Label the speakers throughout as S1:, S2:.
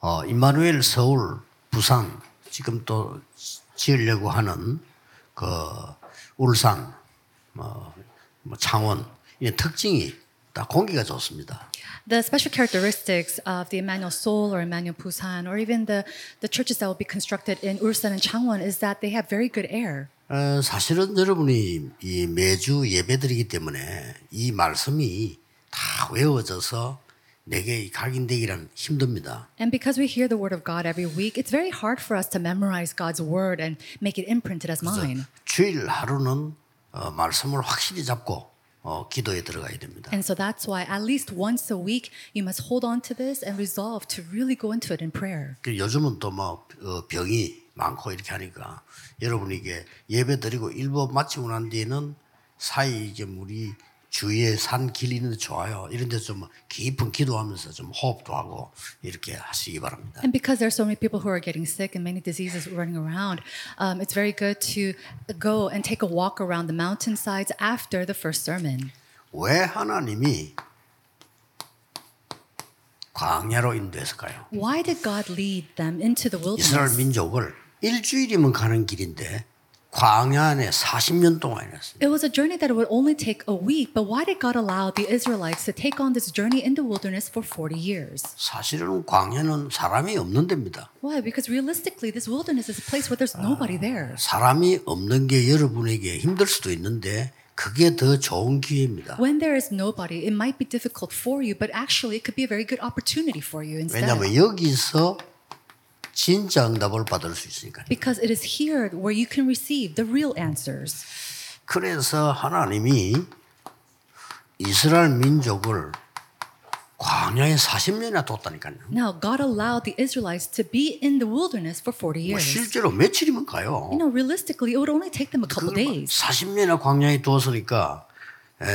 S1: 어, 임마누엘 서울, 부산, 지금 또 지으려고 하는 그 울산, 뭐, 뭐 창원 이 특징이 다 공기가 좋습니다.
S2: The special characteristics of the Emmanuel Seoul or Emmanuel Busan or even the, the churches that will be constructed in Ulsan and Changwon is that they have very good air.
S1: 어, 사실은 여러분이 이 매주 예배드리기 때문에 이 말씀이 다 외워져서 내게 이 각인되기란 힘듭니다.
S2: And because we hear the word of God every week, it's very hard for us to memorize God's word and make it imprinted as mine.
S1: 주일 하루는 어, 말씀을 확실히 잡고 어, 기도에 들어가야 됩니다.
S2: And so that's why at least once a week you must hold on to this and resolve to really go into it in prayer.
S1: 그 요즘은 또 뭐 병이 많고 이렇게 하니까 여러분 이게 예배 드리고 일부 마치고 난 뒤에는 사이 이게 물이 주위에 산 길이 있는데 좋아요. 이런 데 좀 깊은 기도하면서 좀 호흡도 하고 이렇게 하시기 바랍니다.
S2: And because there are so many people who are getting sick and many diseases running around, um, it's very good to go and take a walk around the mountainsides after the first sermon.
S1: 왜 하나님이 광야로 인도했을까요?
S2: Why did God lead them into the
S1: 이스라엘
S2: wilderness?
S1: 민족을 일주일이면 가는 길인데 광야 안에 40년 동안 이랬어요.
S2: It was a journey that would only take a week, but why did God allow the Israelites to take on this journey in the wilderness for 40 years?
S1: 사실은 광야는 사람이 없는 데입니다.
S2: Why? Because realistically, this wilderness is a place where there's nobody there.
S1: 사람이 없는 게 여러분에게 힘들 수도 있는데 그게 더 좋은 기회입니다.
S2: When there is nobody, it might be difficult for you, but actually, it could be a very good opportunity for you instead.
S1: 왜냐하면 여기서 진짜 응답을 받을 수 있으니까.
S2: Because it is here where you can receive the real answers.
S1: 그래서 하나님이 이스라엘 민족을 광야에 40년이나 뒀다니까요. 뭐
S2: Now, God allowed the Israelites to be in the wilderness for 40
S1: 뭐
S2: years.
S1: 실제로 며칠이면 가요. 그러니까
S2: You know, realistically, it would only take them a couple days.
S1: 40년이나 광야에 두었으니까 에,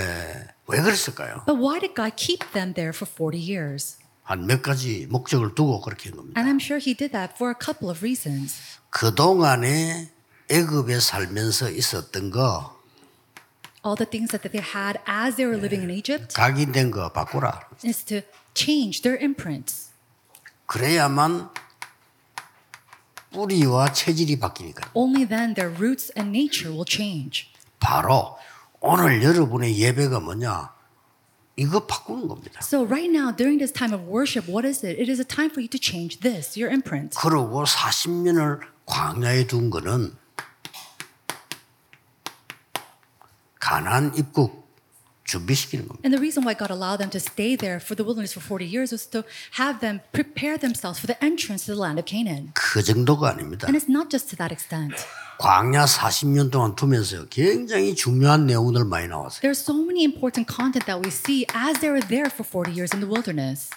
S1: 왜 그랬을까요?
S2: But why did God keep them there for 40 years?
S1: 한 몇 가지 목적을 두고 그렇게 한 겁니다.
S2: And I'm sure He did that for a couple of reasons.
S1: 그동안에 애굽에 살면서 있었던 거
S2: All the things that they had as they were living in Egypt
S1: 각인된 거 바꾸라.
S2: is to change their imprints.
S1: 그래야만 뿌리와 체질이 바뀌니까.
S2: Only then their roots and nature will change.
S1: 바로 오늘 여러분의 예배가 뭐냐? 이거 바꾸는 겁니다.
S2: So, right now, during this time of worship, what is it? It is a time for you to change this, your imprint.
S1: 그러고 40년을 광야에 둔 거는 가난 입국 준비시키는 겁니다.
S2: And the reason why God allowed them to stay there for the wilderness for 40 years was to have them prepare themselves for the entrance to the land of Canaan.
S1: 그 정도가 아닙니다.
S2: And it's not just to that extent.
S1: 광야 40년 동안 두면서 굉장히 중요한 내용들 많이 나왔어요.
S2: There's so many important content that we see as they were there for 40 years in the wilderness.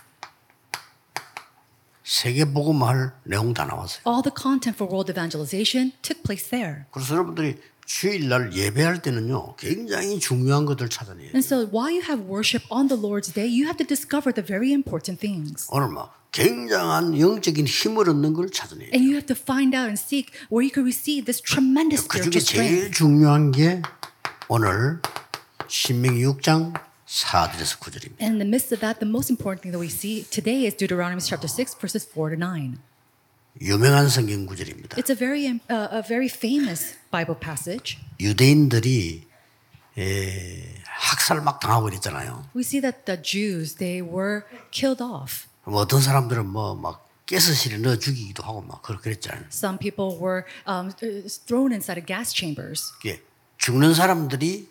S1: 세계 복음할 내용 다 나왔어요.
S2: All the content for world evangelization took place there.
S1: 그래서 여러분들이 주일날 예배할 때는요, 굉장히 중요한 것들 찾아내요.
S2: And so while you have worship on the Lord's day, you have to discover the very important things.
S1: 오늘 뭐 굉장한 영적인 힘을 얻는 걸 찾아내요.
S2: And you have to find out and seek where you can receive this tremendous
S1: 그 중에
S2: spiritual strength.
S1: 제일 중요한 게 오늘 신명기 6장 4절에서 9절입니다.
S2: And in the midst of that, the most important thing that we see today is Deuteronomy chapter 6, verses 4 to 9.
S1: 유명한 성경 구절입니다.
S2: It's a very, um, uh, a very famous Bible passage.
S1: 유대인들이 에, 학살 막 당하고 그랬잖아요.
S2: We see that the Jews, they were killed off.
S1: 뭐 어떤 사람들은 뭐 막 깨서실에 넣어 죽이기도 하고 막 그렇게 그랬잖아요.
S2: Some people were um, thrown inside of gas chambers.
S1: 이게 예, 죽는 사람들이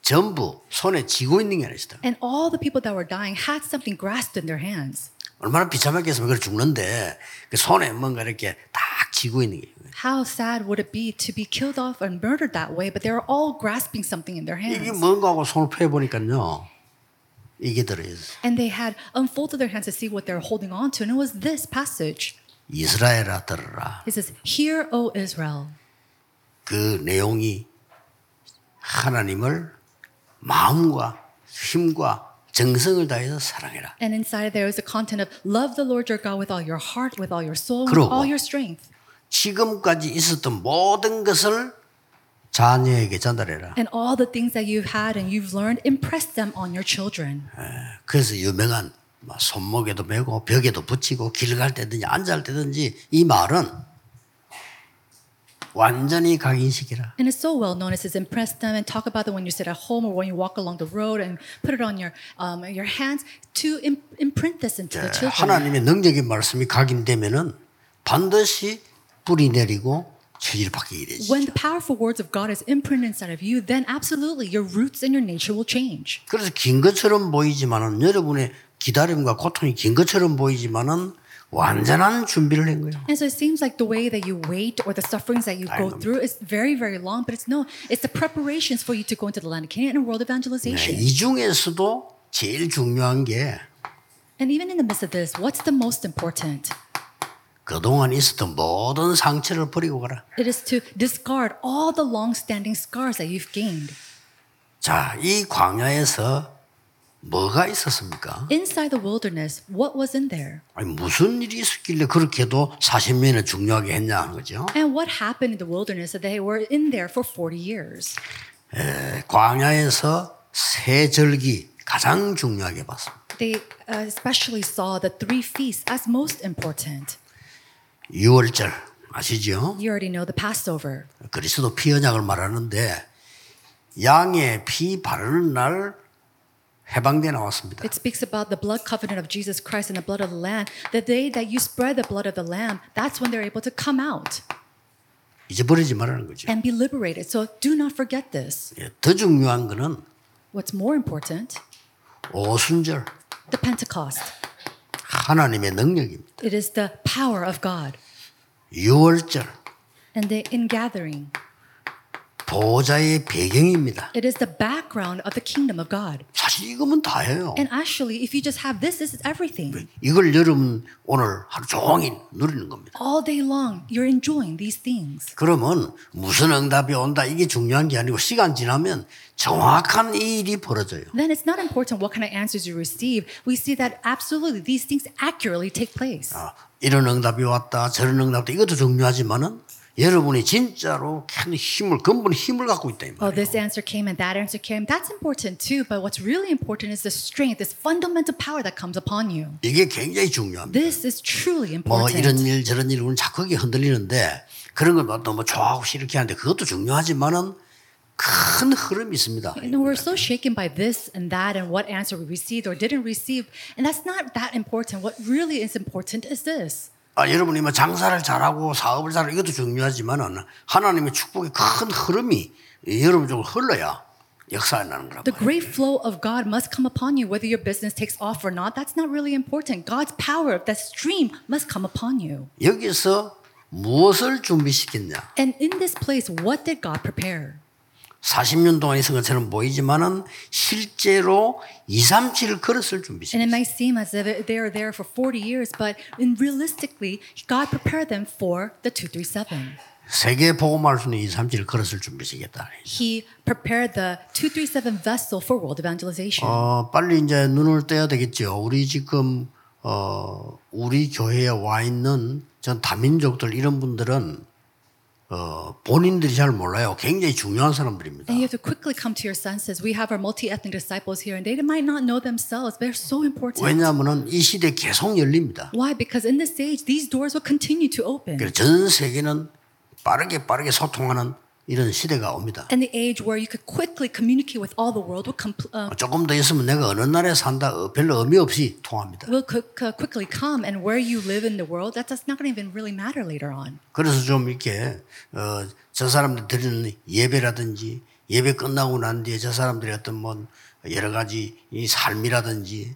S1: 전부 손에 쥐고 있는 게 아니었다.
S2: And all the people that were dying had something grasped in their hands.
S1: 얼마나 비참하겠으면 그걸 죽는데 그 손에 뭔가 이렇게 딱 쥐고 있는 게
S2: How sad would it be to be killed off and murdered that way, but they were all grasping something in their
S1: 이게
S2: hands.
S1: 뭔가 하고 손을 펴보니까요 이게 들어있어.
S2: And they had unfolded their hands to see what they were holding on to, and it was this passage.
S1: 이스라엘아 들으라.
S2: It says, Hear, O Israel.
S1: 그 내용이 하나님을 마음과 힘과 정성을 다해서 사랑해라.
S2: And inside there is the content of love the Lord your God with all your heart, with all your soul, with
S1: 그러고.
S2: all your strength.
S1: 지금까지 있었던 모든 것을 자녀에게 전달해라.
S2: And all the things that you've had and you've learned, impress them on your children.
S1: 그래서 유명한 막 손목에도 메고 벽에도 붙이고 길 갈 때든지 앉을 때든지 이 말은 완전히 각인시키라.
S2: And it's so well known. It says impress them and talk about them when you sit at home or when you walk along the road and put it on your um, your hands to im- imprint this into
S1: 예,
S2: the children.
S1: 하나님의 능력의 말씀이 각인되면은 반드시 뿌리 내리고 체질 바뀌게 되지.
S2: When the powerful words of God is imprinted inside of you, then absolutely your roots and your nature will change.
S1: 그래서 긴 것처럼 보이지만은 여러분의 기다림과 고통이 긴 것처럼 보이지만은 완전한 준비를 한 거예요.
S2: And so it seems like the way that you wait or the sufferings that you go
S1: know.
S2: through is very, very long, but it's no, it's the preparations for you to go into the land of Canaan and world
S1: 예,
S2: evangelization.
S1: 이 중에서도 제일 중요한 게
S2: And even in the midst of this, what's the most important?
S1: 그동안 있었던 모든 상처를 버리고 가라.
S2: It is to discard all the long-standing scars that you've gained.
S1: 자, 이 광야에서 뭐가 있었습니까?
S2: Inside the wilderness, what was in there?
S1: 아니, 무슨 일이 있었길래 그렇게도 40년을 중요하게 했냐 하는 거죠.
S2: And what happened in the wilderness that they were in there for 40 years?
S1: 네, 광야에서 세 절기 가장 중요하게 봤습니다.
S2: They uh, especially saw the three feasts as most important.
S1: 6월절 아시죠?
S2: You already know the Passover.
S1: 그리스도 피 언약을 말하는데 양의 피 바르는 날 해방돼 나왔습니다.
S2: It speaks about the blood covenant of Jesus Christ and the blood of the Lamb. The day that you spread the blood of the Lamb, that's when they're able to come out
S1: 잊어버리지 말라는 거죠.
S2: and be liberated. So do not forget this.
S1: 예, 더 중요한 거는
S2: What's more important,
S1: 오순절
S2: the Pentecost.
S1: 하나님의 능력입니다.
S2: It is the power of God.
S1: 6월절
S2: And the ingathering,
S1: 보호자의 배경입니다.
S2: it is the background of the kingdom of God.
S1: 사실 이거면 다예요.
S2: And actually, if you just have this, this is everything.
S1: 이걸 여러분 오늘 하루 종일 누리는 겁니다.
S2: All day long, you're enjoying these things.
S1: 그러면 무슨 응답이 온다 이게 중요한 게 아니고 시간 지나면 정확한 이 일이 벌어져요.
S2: Then it's not important what kind of answers you receive. We see that absolutely these things accurately take place.
S1: 아, 이런 응답이 왔다 저런 응답도 이것도 중요하지만은 여러분이 진짜로 큰 힘을 근본 힘을 갖고 있다 이
S2: Oh,
S1: 말이에요.
S2: this answer came and that answer came. That's important too, but what's really important is the strength, this fundamental power that comes upon you.
S1: 이게 굉장히 중요합니다.
S2: This is truly
S1: 뭐 이런
S2: important.
S1: 일 저런 일 우리는 자꾸 이게 흔들리는데 그런 걸뭐 너무 좋아하고 싫게 하는데 그것도 중요하지만은 큰 흐름이 있습니다.
S2: You know, we're so shaken by this and that and what answer we received or didn't receive, and that's not that important. What really is important is this.
S1: 아, 여러분이 뭐 장사를 잘하고 사업을 잘하고 이것도 중요하지만은 하나님의 축복의 큰 흐름이 여러분 쪽으로 흘러야 역사에 나는 거라고.
S2: The great flow of God must come upon you, whether your business takes off or not. That's not really important. God's power, that stream, must come upon you.
S1: 여기서 무엇을 준비시켰냐?
S2: And in this place, what did God prepare?
S1: 40년 동안 있은 것처럼 보이지만은 실제로 2, 3, 7 걸었을
S2: And it
S1: 준비시켰어요.
S2: may seem as if they are there for 40 years, but in realistically, God prepared them for the 237.
S1: 세계 복음할 수는 2, 3, 7 걸었을 준비시켰다.
S2: He prepared the 237 vessel for world evangelization.
S1: 어, 빨리 이제 눈을 떼야 되겠죠. 우리 지금 어, 우리 교회에 와 있는 전 다민족들 이런 분들은 어, 본인들이 잘 몰라요. 굉장히 중요한 사람들입니다.
S2: and you have to quickly come to your senses. We have our multi-ethnic disciples here, and they might not know themselves. They're so important.
S1: 왜냐하면은 이 시대 계속 열립니다.
S2: Why? Because in this age, these doors will continue to open.
S1: 그래서 전 세계는 빠르게 빠르게 소통하는 이런 시대가 옵니다.
S2: and the age where you could quickly communicate with all the world will, compl- uh,
S1: 조금 더 있으면 내가 어느 나라에 산다 어, 별로 의미 없이 통합니다.
S2: will co- co- quickly come. And where you live in the world, that does not even really matter later on.
S1: 그래서 좀 이렇게 어, 저 사람들 드리는 예배라든지 예배 끝나고 난 뒤에 저 사람들의 어떤 뭐 여러 가지 이 삶이라든지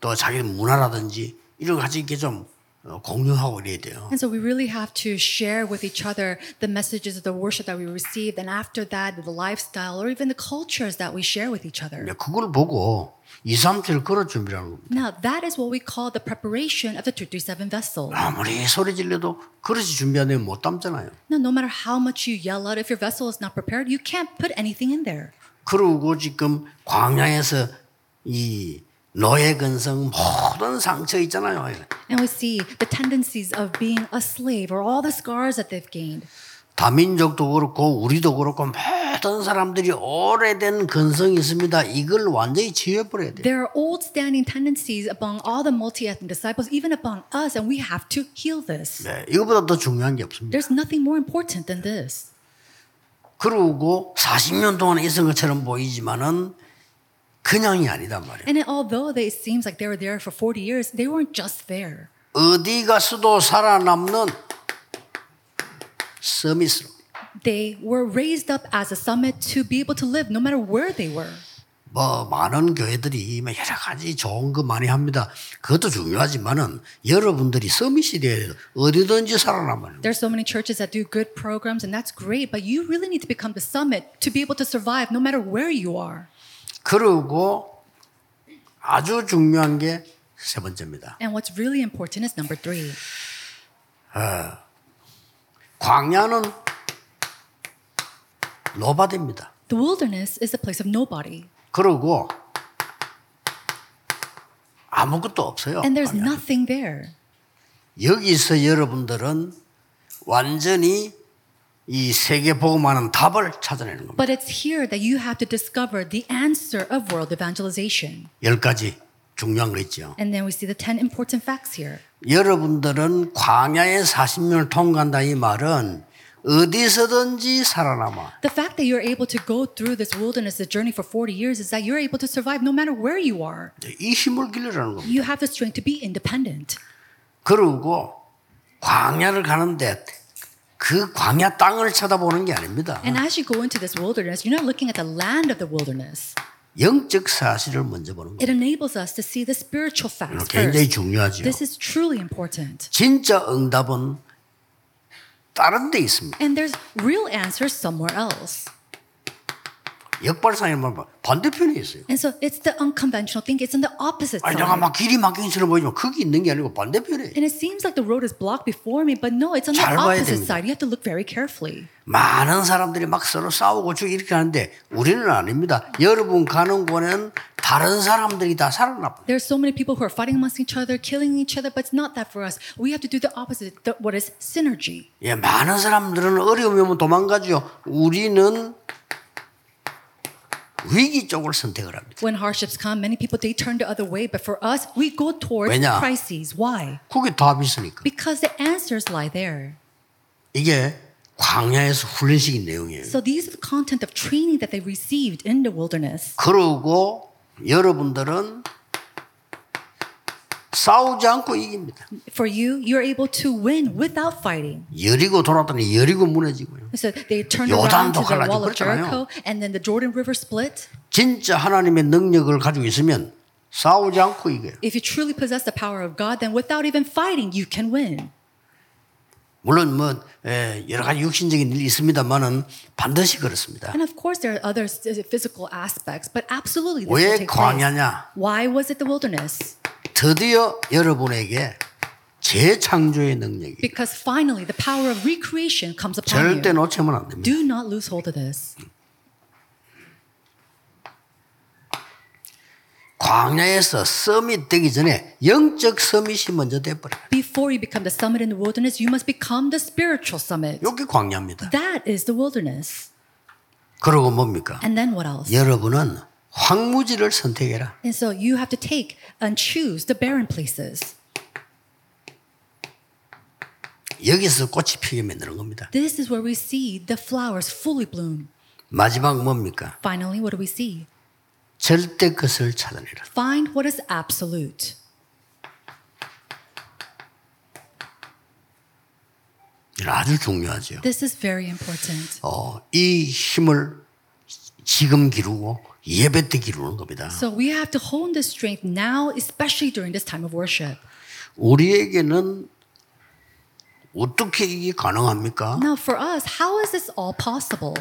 S1: 또 자기 문화라든지 이런 거 같이 이렇게 좀 어, 공유하고 이래야 돼요.
S2: And so we really have to share with each other the messages of the worship that we received, and after that, the lifestyle or even the cultures that we share with each other.
S1: 근데 그걸 보고 2, 3주를 걸어 준비라는 겁니다.
S2: Now, that is what we call the preparation of the 237 vessel.
S1: 아무리 소리 질려도 그릇이 준비 안 되면 못 담잖아요.
S2: Now, no matter how much you yell out, if your vessel is not prepared, you can't put anything in there.
S1: 그러고 지금 광야에서 이 노예 근성 모든 상처 있잖아요.
S2: And we see the tendencies of being a slave or all the scars that they've gained.
S1: 다민족도 그렇고 우리도 그렇고 모든 사람들이 오래된 근성이 있습니다. 이걸 완전히 치유해버려야 돼요.
S2: There are old standing tendencies among all the multi ethnic disciples, even upon us, and we have to heal this.
S1: 네, 이거보다 더 중요한 게 없습니다.
S2: There's nothing more important than this.
S1: 그리고 40년 동안 있은 것처럼 보이지만은 그냥이 아니단 말이에요.
S2: And then although they, it seems like they were there for 40 years, they weren't just there.
S1: 어디 가서도 살아남는 서밋으로
S2: They were raised up as a summit to be able to live no matter where they were.
S1: 뭐 많은 교회들이 뭐 여러 가지 좋은 거 많이 합니다. 그것도 중요하지만은 여러분들이 서밋이 돼야 돼요. 어디든지 살아남아요.
S2: There's so many churches that do good programs, and that's great, but you really need to become the summit to be able to survive no matter where you are.
S1: 그리고 아주 중요한 게 세 번째입니다.
S2: And what's really important is number three.
S1: 광야는 노바디입니다.
S2: The wilderness is a place of nobody,
S1: 그리고 아무것도 없어요.
S2: and there's
S1: 광야.
S2: nothing there.
S1: 여기서 여러분들은 완전히 이 세계 복음하는 답을 찾아내는 겁니다.
S2: But it's here that you have to discover the answer of world evangelization.
S1: 열 가지 중요한 거 있죠.
S2: And then we see the 10 important facts here.
S1: 여러분들은 광야의 40년을 통과한다 이 말은 어디서든지 살아남아.
S2: The fact that you're able to go through this wilderness, this journey for 40 years, is that you're able to survive no matter where you are.
S1: 이 힘을 길러라는 겁니다.
S2: You have the strength to be independent.
S1: 그리고 광야를 가는데 그 광야 땅을 쳐다보는 게 아닙니다.
S2: And as you go into this wilderness, you're not looking at the land of the wilderness.
S1: 영적 사실을 먼저 보는
S2: It
S1: 거예요.
S2: enables us to see the spiritual facts
S1: 굉장히
S2: first.
S1: 중요하죠.
S2: This is truly important.
S1: 진짜 응답은 다른 데 있습니다.
S2: And there's real answers somewhere else.
S1: 역발상이란 말 반대편에 있어요.
S2: And so it's the unconventional thing, it's on the opposite
S1: 아니 내가
S2: side.
S1: 막 길이 막힌 처럼 보이지만 거기 있는 게 아니고 반대편에
S2: And it seems like the road is blocked before me, but no, it's on the
S1: 잘 봐야
S2: opposite
S1: 됩니다.
S2: side. You have to look very carefully.
S1: 많은 사람들이 막 서로 싸우고 죽 이렇게 하는데 우리는 아닙니다. 여러분 가는 곳에는 다른 사람들이 다 살아납니다.
S2: There are so many people who are fighting amongst each other, killing each other, but it's not that for us. We have to do the opposite, the, what is synergy.
S1: 예, 많은 사람들은 어려움이 오면 도망가죠. 우리는 위기 쪽을 선택을 합니다.
S2: When hardships come, many people they turn the other way, but for us, we go towards
S1: 왜냐?
S2: crises. Why?
S1: 그게 답이 있으니까.
S2: Because the answers lie there.
S1: 이게 광야에서 훈련식인 내용이에요.
S2: So these are the content of training that they received in the wilderness.
S1: 그러고 여러분들은 싸우지 않고 이깁니다.
S2: For you, you're able to win without fighting.
S1: 여리고 돌았더니 여리고 무너지고요.
S2: So they turned around
S1: 요단도
S2: to the
S1: 갈라지고
S2: wall of
S1: 그랬잖아요.
S2: Jericho, and then the Jordan River split.
S1: 진짜 하나님의 능력을 가지고 있으면 싸우지 않고 이겨요.
S2: If you truly possess the power of God, then without even fighting, you can win.
S1: 물론 뭐 에, 여러 가지 육신적인 일이 있습니다만은 반드시 그렇습니다.
S2: And of course, there are other s- uh, physical aspects, but absolutely this will
S1: 왜
S2: take place.
S1: 광야냐?
S2: Why was it the wilderness?
S1: 드디어 여러분에게 재창조의 능력이
S2: Because finally, the power of recreation comes upon
S1: 절대
S2: you.
S1: 놓치면 안 됩니다.
S2: Do not lose hold of this.
S1: 광야에서 서밋 되기 전에 영적 서밋이 먼저 돼버려요.
S2: Before you become the summit in the wilderness, you must become the spiritual summit.
S1: 이게 광야입니다.
S2: That is the wilderness.
S1: 그러고 뭡니까?
S2: And then what else?
S1: 여러분은 황무지를 선택해라.
S2: And so you have to take and choose the barren places.
S1: 여기서 꽃이 피게 만드는 겁니다.
S2: This is where we see the flowers fully bloom.
S1: 마지막 뭡니까?
S2: Finally, what do we see?
S1: 절대 것을 찾아내라.
S2: Find what is absolute.
S1: 이건 아주 중요하죠.
S2: This is very important.
S1: 어, 이 힘을 지금 기르고 예배 때 기르는 겁니다.
S2: So we have to hone this strength now, especially during this time of worship.
S1: 우리에게는 어떻게 이게 가능합니까?
S2: Now, for us, how is this all possible?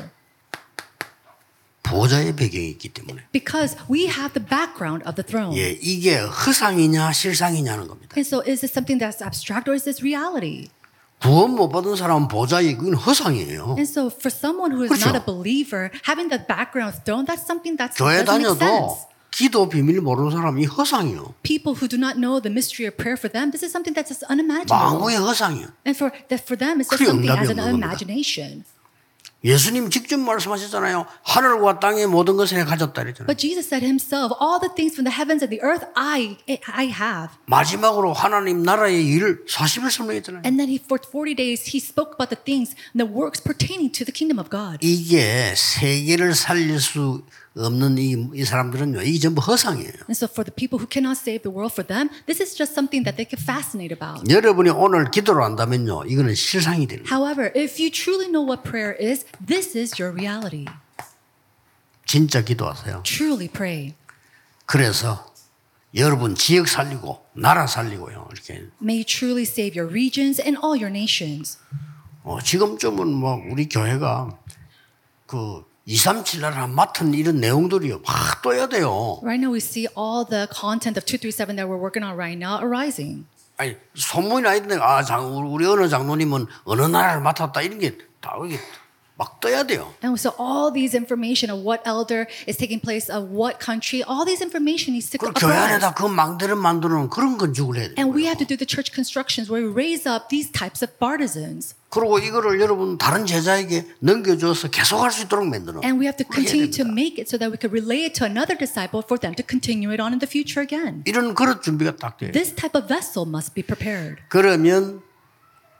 S1: 보좌의 배경이 있기 때문에.
S2: Because we have the background of the throne.
S1: 예, 이게 허상이냐 실상이냐는 겁니다.
S2: And so, is this something that's abstract or is this reality?
S1: 구원 못 받은 사람은 보좌이고 이건 허상이에요.
S2: And so, for someone who is
S1: 그렇죠.
S2: not a believer, having the background of throne, that's something that's
S1: 교회
S2: doesn't make
S1: 다녀도
S2: sense.
S1: 기도 비밀 모르는 사람이 허상이요.
S2: People who do not know the mystery of prayer for them, this is something that's just unimaginable.
S1: 망고의 허상이요.
S2: And for that for them, it's just
S1: 그게
S2: something as an
S1: 응답이 없는 겁니다.
S2: imagination.
S1: 예수님 직접 말씀하셨잖아요. 하늘과 땅의 모든 것을 내가 가졌다 그랬잖아요.
S2: But Jesus said himself, all the things from the heavens and the earth I I have.
S1: 마지막으로 하나님 나라의 일을 40일 설명했잖아요.
S2: And then he for 40 days he spoke about the things and the works pertaining to the kingdom of God.
S1: 이게 세계를 살릴 수 없는 이, 이 사람들은요. 이게 전부 허상이에요.
S2: And so for the people who cannot save the world for them, this is just something that they get fascinated about.
S1: 여러분이 오늘 기도를 한다면요. 이거는 실상이 됩니다.
S2: However, if you truly know what prayer is, this is your reality.
S1: 진짜 기도하세요.
S2: Truly pray.
S1: 그래서 여러분 지역 살리고 나라 살리고요. 이렇게
S2: May you truly save your regions and all your nations.
S1: 어, 지금쯤은 뭐 우리 교회가 그 237 나라 맡은 이런 내용들이 막 떠야 돼요.
S2: Right now, we see all the content of 237 that we're working on right now arising.
S1: 아니 소문이 나 있는데 아 장, 우리 어느 장로님은 어느 나라를 맡았다 이런 게 다 여기 막 떠야 돼요.
S2: And so, all these information of what elder is taking place, of what country, all these information needs to
S1: 그리고 교회
S2: arise.
S1: 안에다 그 망대를 만드는 그런 건축을 해야 돼요.
S2: And we have to do the church constructions where we raise up these types of partisans.
S1: 그리고 이거를 여러분 다른 제자에게 넘겨줘서 계속할 수 있도록 만드는.
S2: And we have to
S1: 그렇게 해야
S2: continue to
S1: 됩니다.
S2: make it so that we could relay it to another disciple for them to continue it on in the future again.
S1: 이런 그릇 준비가 딱 돼요.
S2: This type of vessel must be prepared.
S1: 그러면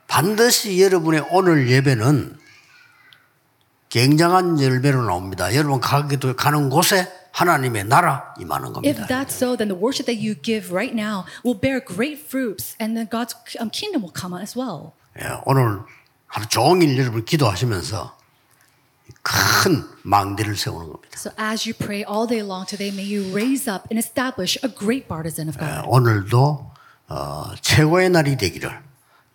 S1: 반드시 여러분의 오늘 예배는 굉장한 열매로 나옵니다. 여러분 가기도 가는 곳에 하나님의 나라 임하는
S2: If
S1: 겁니다.
S2: that's so, then the worship that you give right now will bear great fruits, and then God's um, kingdom will come as well.
S1: 예, 오늘 하루 종일 여러분 기도하시면서 큰 망대를 세우는 겁니다.
S2: So as you pray all day long today, may you raise up and establish a great partisan of
S1: 예,
S2: God.
S1: 오늘도 어, 최고의 날이 되기를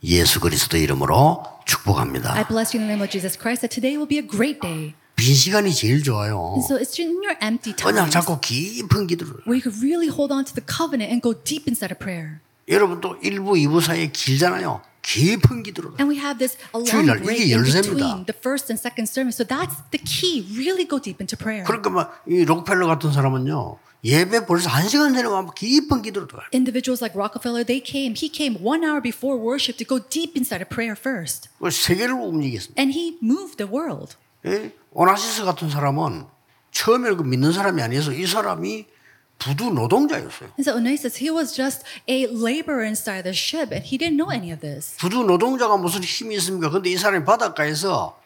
S1: 예수 그리스도 이름으로
S2: I
S1: 축복합니다.
S2: bless you in the name of Jesus Christ that today will be a great day.
S1: 빈 시간이 제일 좋아요.
S2: And so it's in your empty
S1: 그냥
S2: time
S1: 자꾸 깊은 기도를.
S2: where you could really hold on to the covenant and go deep inside of prayer.
S1: 여러분 또 1부, 2부 사이에 길잖아요. 깊은 기도로.
S2: And we have this a long
S1: 주일날
S2: break
S1: 이게
S2: in
S1: 열쇠입니다.
S2: between the first and second sermon. So that's the key. Really go deep into prayer.
S1: 그러니까 막이 록펠러 같은 사람은요. 예배 벌써 한 시간 전에 와면 깊은 기도로 들어가요.
S2: Individuals like Rockefeller, they came. He came one hour before worship to go deep inside of prayer first.
S1: 그 세계를 움직였습니다.
S2: And he moved the world.
S1: 예? 오나시스 같은 사람은 처음에 그 믿는 사람이 아니어서 이 사람이 부두 노동자였어요.
S2: And so Onesimus, he was just a laborer inside the ship and he didn't know any of this.
S1: 부두 노동자가 무슨 힘이 있습니까? 근데 이 사람이 바닷가에서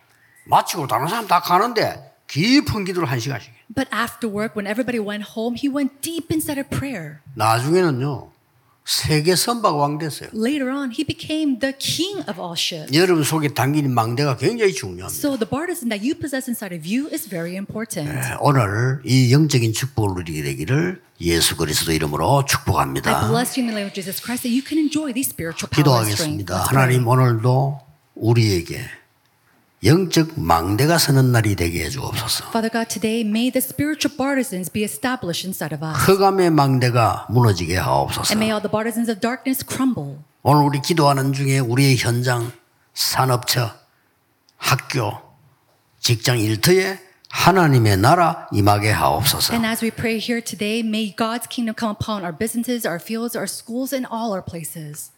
S1: 마치고 다른 사람 다 가는데 깊은 기도를 한 시간씩. 해요.
S2: But after work, when everybody went home, he went deep inside of prayer.
S1: 나중에는요. 세계 선박왕 됐어요.
S2: Later on, he became the king of all ships.
S1: 여러분 속에 담긴 망대가 굉장히 중요합니다.
S2: So the partisan that you possess inside of you is very important.
S1: 오늘 이 영적인 축복을 누리게 되기를 예수 그리스도 이름으로
S2: I
S1: 축복합니다.
S2: bless you in the name of Jesus Christ that you can enjoy these spiritual power and strength.
S1: 기도하겠습니다.
S2: Let's pray.
S1: 하나님 오늘도 우리에게 영적 망대가 서는 날이 되게 해주옵소서.
S2: Father God, today may the spiritual partisans be established inside of us.
S1: 흑암의 망대가 무너지게 하옵소서.
S2: And may all the partisans of darkness crumble.
S1: 오늘 우리 기도하는 중에 우리의 현장, 산업처, 학교, 직장 일터에 하나님의 나라 임하게 하옵소서.
S2: And as we pray here today, may God's kingdom come upon our businesses, our fields, our schools, and all our places.